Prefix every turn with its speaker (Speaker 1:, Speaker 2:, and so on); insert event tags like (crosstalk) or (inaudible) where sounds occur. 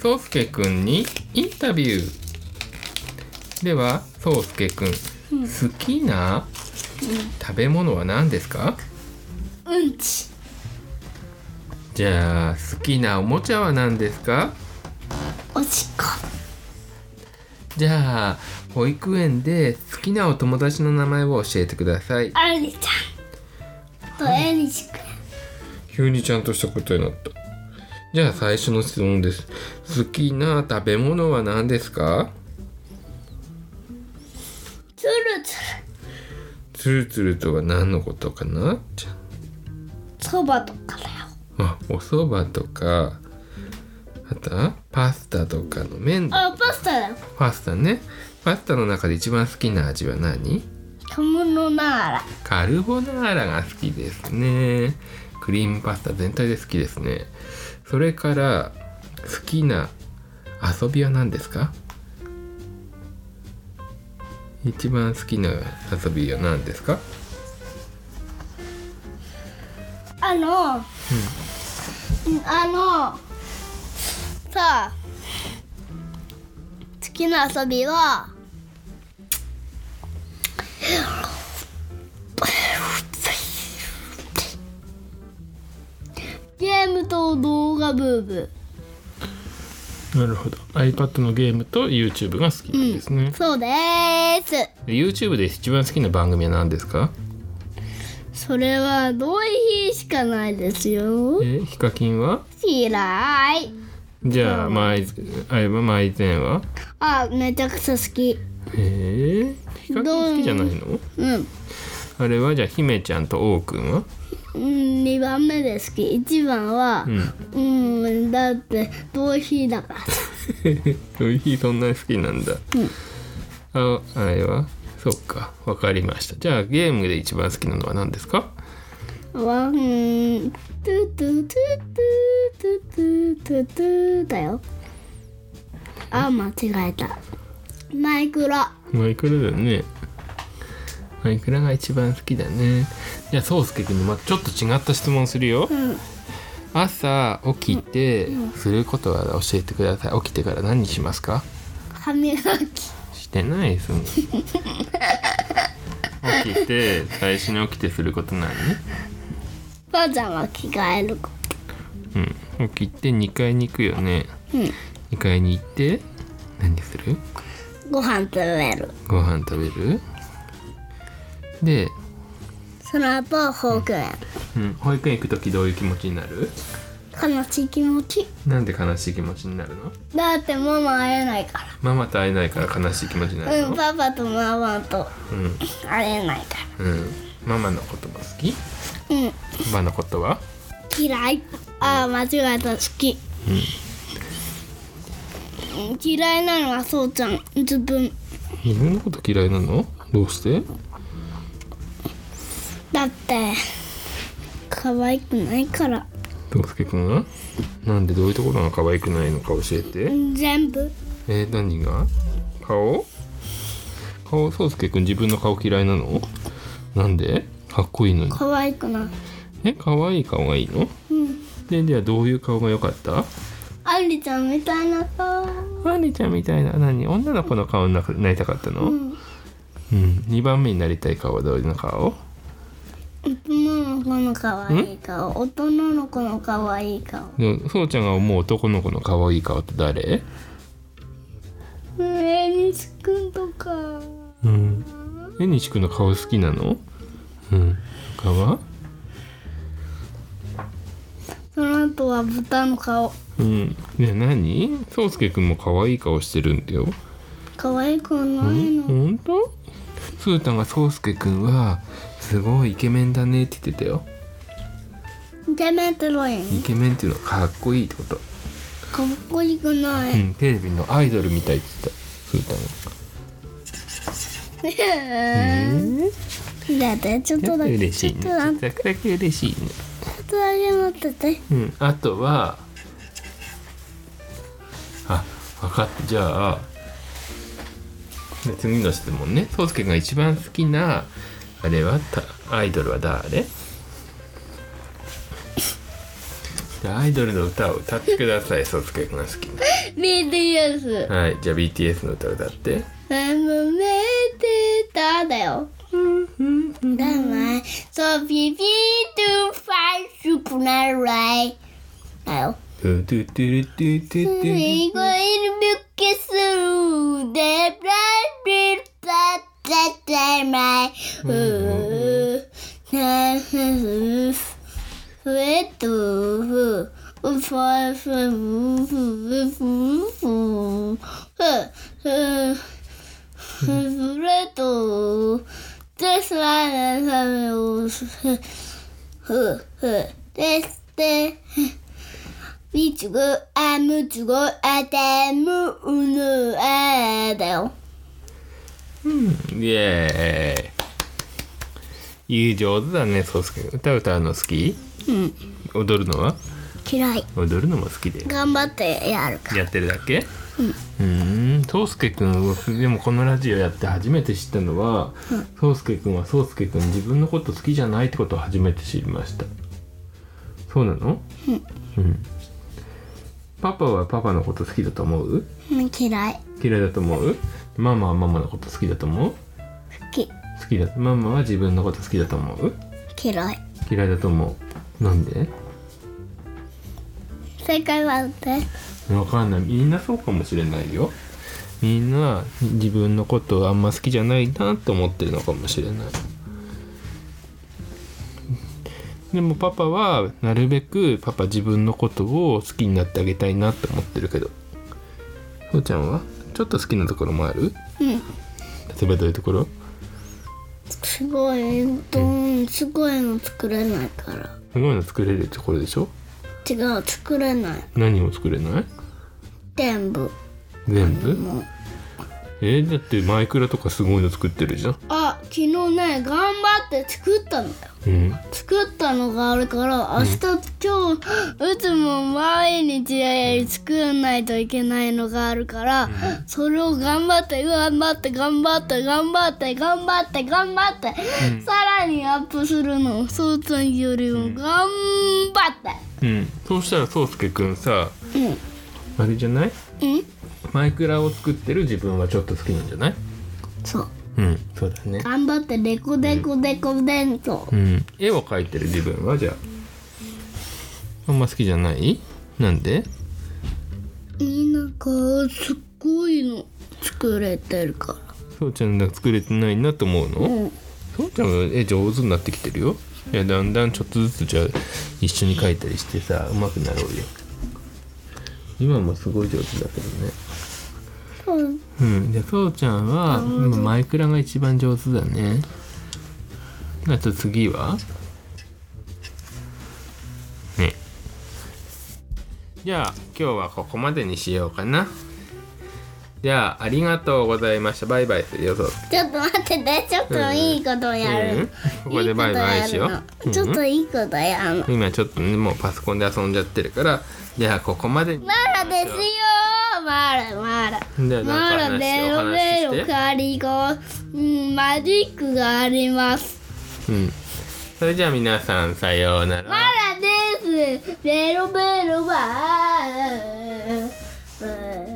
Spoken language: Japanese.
Speaker 1: 宗介くんにインタビューでは宗介くん好きな食べ物は何ですか
Speaker 2: うんち
Speaker 1: じゃあ好きなおもちゃは何ですか
Speaker 2: おしっこ
Speaker 1: じゃあ保育園で好きなお友達の名前を教えてください
Speaker 2: あるねちゃんとえにしくん
Speaker 1: 急にちゃんとしたことになったじゃあ最初の質問です好きな食べ物は何ですか
Speaker 2: つるつる
Speaker 1: つるつるとは何のことかなじゃ
Speaker 2: そばとかだよ
Speaker 1: ああお蕎麦とかあとはパスタとかの麺だ
Speaker 2: あパスタだよ
Speaker 1: パスタねパスタの中で一番好きな味は何
Speaker 2: カムノナーラ
Speaker 1: カルボナーラが好きですねクリームパスタ全体で好きですねそれから好きな遊びは何ですか一番好きな遊びは何ですか
Speaker 2: あの、うんあのさあ好きな遊びはゲームと動画ブーム
Speaker 1: なるほど iPad のゲームと YouTube が好きなんですね、
Speaker 2: そうです
Speaker 1: で YouTube で一番好きな番組は何ですか
Speaker 2: それは同意しかないですよ
Speaker 1: えヒカキンは
Speaker 2: 嫌い
Speaker 1: じゃあ前あれは前前は
Speaker 2: あめちゃくちゃ好き
Speaker 1: えー、ヒカキン好きじゃないの
Speaker 2: うん
Speaker 1: あれはじゃあ姫ちゃんと王くんは
Speaker 2: うん、2番目で好き1番はうん、だって同費だから
Speaker 1: おいしいそんなに好きなんだ、ああれはそっかわかりましたじゃあゲームで一番好きなのは何ですか
Speaker 2: ワントゥトゥトゥトゥトゥトゥトゥだよあ間違えたマイクロ
Speaker 1: マイクラだよねマイクラが一番好きだねじゃあそうすけくんにまちょっと違った質問するよ、
Speaker 2: ん
Speaker 1: 朝起きてすることは教えてください起きてから何しますか
Speaker 2: 歯磨き
Speaker 1: してないですもん起きて最初に起きてすること何
Speaker 2: パジャマ着替えるこ
Speaker 1: うん、起きて2階に行くよね、
Speaker 2: うん
Speaker 1: 2階に行って何する
Speaker 2: とご飯食べる
Speaker 1: ご飯食べるで、
Speaker 2: その後保育園
Speaker 1: うん、保育園行く時どういう気持ちになる
Speaker 2: 悲しい気持ち
Speaker 1: なんで悲しい気持ちになるの
Speaker 2: だってママ会えないか
Speaker 1: ママと会えないから悲しい気持ちにな
Speaker 2: ら
Speaker 1: る
Speaker 2: うん
Speaker 1: の
Speaker 2: パパとママと
Speaker 1: うん、うん
Speaker 2: 会えないか
Speaker 1: ママのことも好き
Speaker 2: らうん
Speaker 1: ママのことは
Speaker 2: 嫌いああ間違えた好き、うん嫌いなのはそうちゃん自分
Speaker 1: 自分のこと嫌いなのどうして
Speaker 2: だって可愛くないから
Speaker 1: どうすけくんはなんでどういうところが可愛くないのか教えて
Speaker 2: 全部
Speaker 1: えー、何が顔顔そうすけくん自分の顔嫌いなのなんでかっこいいのに
Speaker 2: 可愛くない
Speaker 1: え可愛い顔がいいの
Speaker 2: うん
Speaker 1: でじゃあどういう顔が良かった
Speaker 2: あんりちゃんみたいな顔
Speaker 1: マリちゃんみたいな何女の子の顔にななりたかったの、う
Speaker 2: うんん
Speaker 1: 2番目になりたい顔はどういうの顔
Speaker 2: 大人の子の可愛い顔大人の子の可愛い顔
Speaker 1: でそうちゃんが思う男の子の可愛い顔って誰
Speaker 2: えにしくんとか
Speaker 1: うんえにしくんの顔好きなのうん他は
Speaker 2: その後は豚の顔
Speaker 1: うんじゃあ何そうすけくんも可愛い顔してるんだよ
Speaker 2: 可愛くないの
Speaker 1: 本当スータンがそうすけくんはすごいイケメンだねって言ってたよ
Speaker 2: イケメンってロイン
Speaker 1: イケメンっていうのはかっこいいってこと、
Speaker 2: かっこよくな
Speaker 1: う
Speaker 2: (laughs) い。
Speaker 1: ん、テレビのアイドルみたいって言ってたスータンが
Speaker 2: だってちょっ
Speaker 1: ちょ
Speaker 2: と
Speaker 1: っと
Speaker 2: だけ
Speaker 1: 嬉
Speaker 2: ち
Speaker 1: し
Speaker 2: ょ
Speaker 1: い
Speaker 2: っ
Speaker 1: ね
Speaker 2: と
Speaker 1: ち
Speaker 2: だ
Speaker 1: ょっ
Speaker 2: け
Speaker 1: とだけ嬉しいね
Speaker 2: ちょっとだけ待ってて。
Speaker 1: うんあとはあ分かったじゃあで次の質問ねそうすけくんが一番好きなあれはたアイドルは誰でアイドルの歌を歌ってください、そうすけくんが好きな。
Speaker 2: BTS
Speaker 1: はいじゃあ BTS の歌歌って
Speaker 2: 眠めてただよ。だまい。So baby do five super night right. だよ。
Speaker 1: トゥトゥトゥルトゥトゥトゥ
Speaker 2: We go in the kiss through the bright beat that that that my. Sweet to for for little. This one is a little. This, this. We to go, I'm to go, I am, no, I だよ。
Speaker 1: イエーイいい上手だねそうすけ歌歌うの好き
Speaker 2: うん、
Speaker 1: 踊るのは
Speaker 2: 嫌い。
Speaker 1: 踊るのも好きで
Speaker 2: 頑張ってやるか。
Speaker 1: やってるだけうんんそうすけくんでもこのラジオやって初めて知ったのは、そうすけくんはそうすけくん自分のこと好きじゃないってことを初めて知りましたそうなのうんパパはパパのこと好きだと思う
Speaker 2: うん嫌い。
Speaker 1: 嫌いだと思うママはママのこと好きだと思う
Speaker 2: 好き。
Speaker 1: 好きだママは自分のこと好きだと思う
Speaker 2: 嫌い。
Speaker 1: 嫌いだと思うなんで
Speaker 2: 正解はで
Speaker 1: わかんないみんなそうかもしれないよみんな自分のことあんま好きじゃないなって思ってるのかもしれないでもパパはなるべくパパ自分のことを好きになってあげたいなって思ってるけどそうちゃんはちょっと好きなところもある
Speaker 2: うん。
Speaker 1: 例えばどういうところ
Speaker 2: すごい、うん、すごいの作れないから。
Speaker 1: すごいの作れるところでしょ
Speaker 2: 違う、作れない。
Speaker 1: 何を作れない
Speaker 2: 全部。
Speaker 1: 全部
Speaker 2: もう。
Speaker 1: えーだってマイクラとかすごいの作ってるじゃん
Speaker 2: あ、昨日ね、頑張って作ったのよ。
Speaker 1: うん
Speaker 2: 作ったのがあるから明日、今日いつも毎日作んないといけないのがあるから、それを頑張って頑張って頑張って頑張って頑張って頑張って、さらにアップするのそうちゃんよりも頑張っ
Speaker 1: うん、そうしたらそうすけくんさ
Speaker 2: てうん
Speaker 1: あれじゃない
Speaker 2: うん
Speaker 1: マイクラを作ってる自分はちょっと好きなんじゃない
Speaker 2: そう
Speaker 1: うんそうだね
Speaker 2: 頑張ってデコデコデコデンと
Speaker 1: うん絵を描いてる自分はじゃああんま好きじゃないなんで
Speaker 2: みんながすっごいの作れてるか
Speaker 1: そうちゃんが作れてないなと思うの、
Speaker 2: らうん
Speaker 1: そうちゃんは絵上手になってきてるよいやだんだんちょっとずつじゃあ一緒に描いたりしてさ上手くなろうよ今もすごい上手だけどね
Speaker 2: そう
Speaker 1: うん、でそうちゃんは今マイクラが一番上手だねあと次はねじゃあ今日はここまでにしようかなじゃあありがとうございましたバイバイするよそう
Speaker 2: ちょっと待ってね、ちょっといいことやる。
Speaker 1: うんここでバイバイしよう
Speaker 2: いいことやるのちょっといいことやるの。
Speaker 1: 今ちょっとねもうパソコンで遊んじゃってるからじゃあここまでに
Speaker 2: まだですよまだまだ。
Speaker 1: じゃあ
Speaker 2: ま
Speaker 1: な
Speaker 2: だ
Speaker 1: んか話
Speaker 2: ベ
Speaker 1: お
Speaker 2: ロ
Speaker 1: 話し
Speaker 2: ベ
Speaker 1: して
Speaker 2: ロカリゴ、うん、マジックがあります。
Speaker 1: うん、それじゃあ皆さんさようなら
Speaker 2: まだですベロベロバー。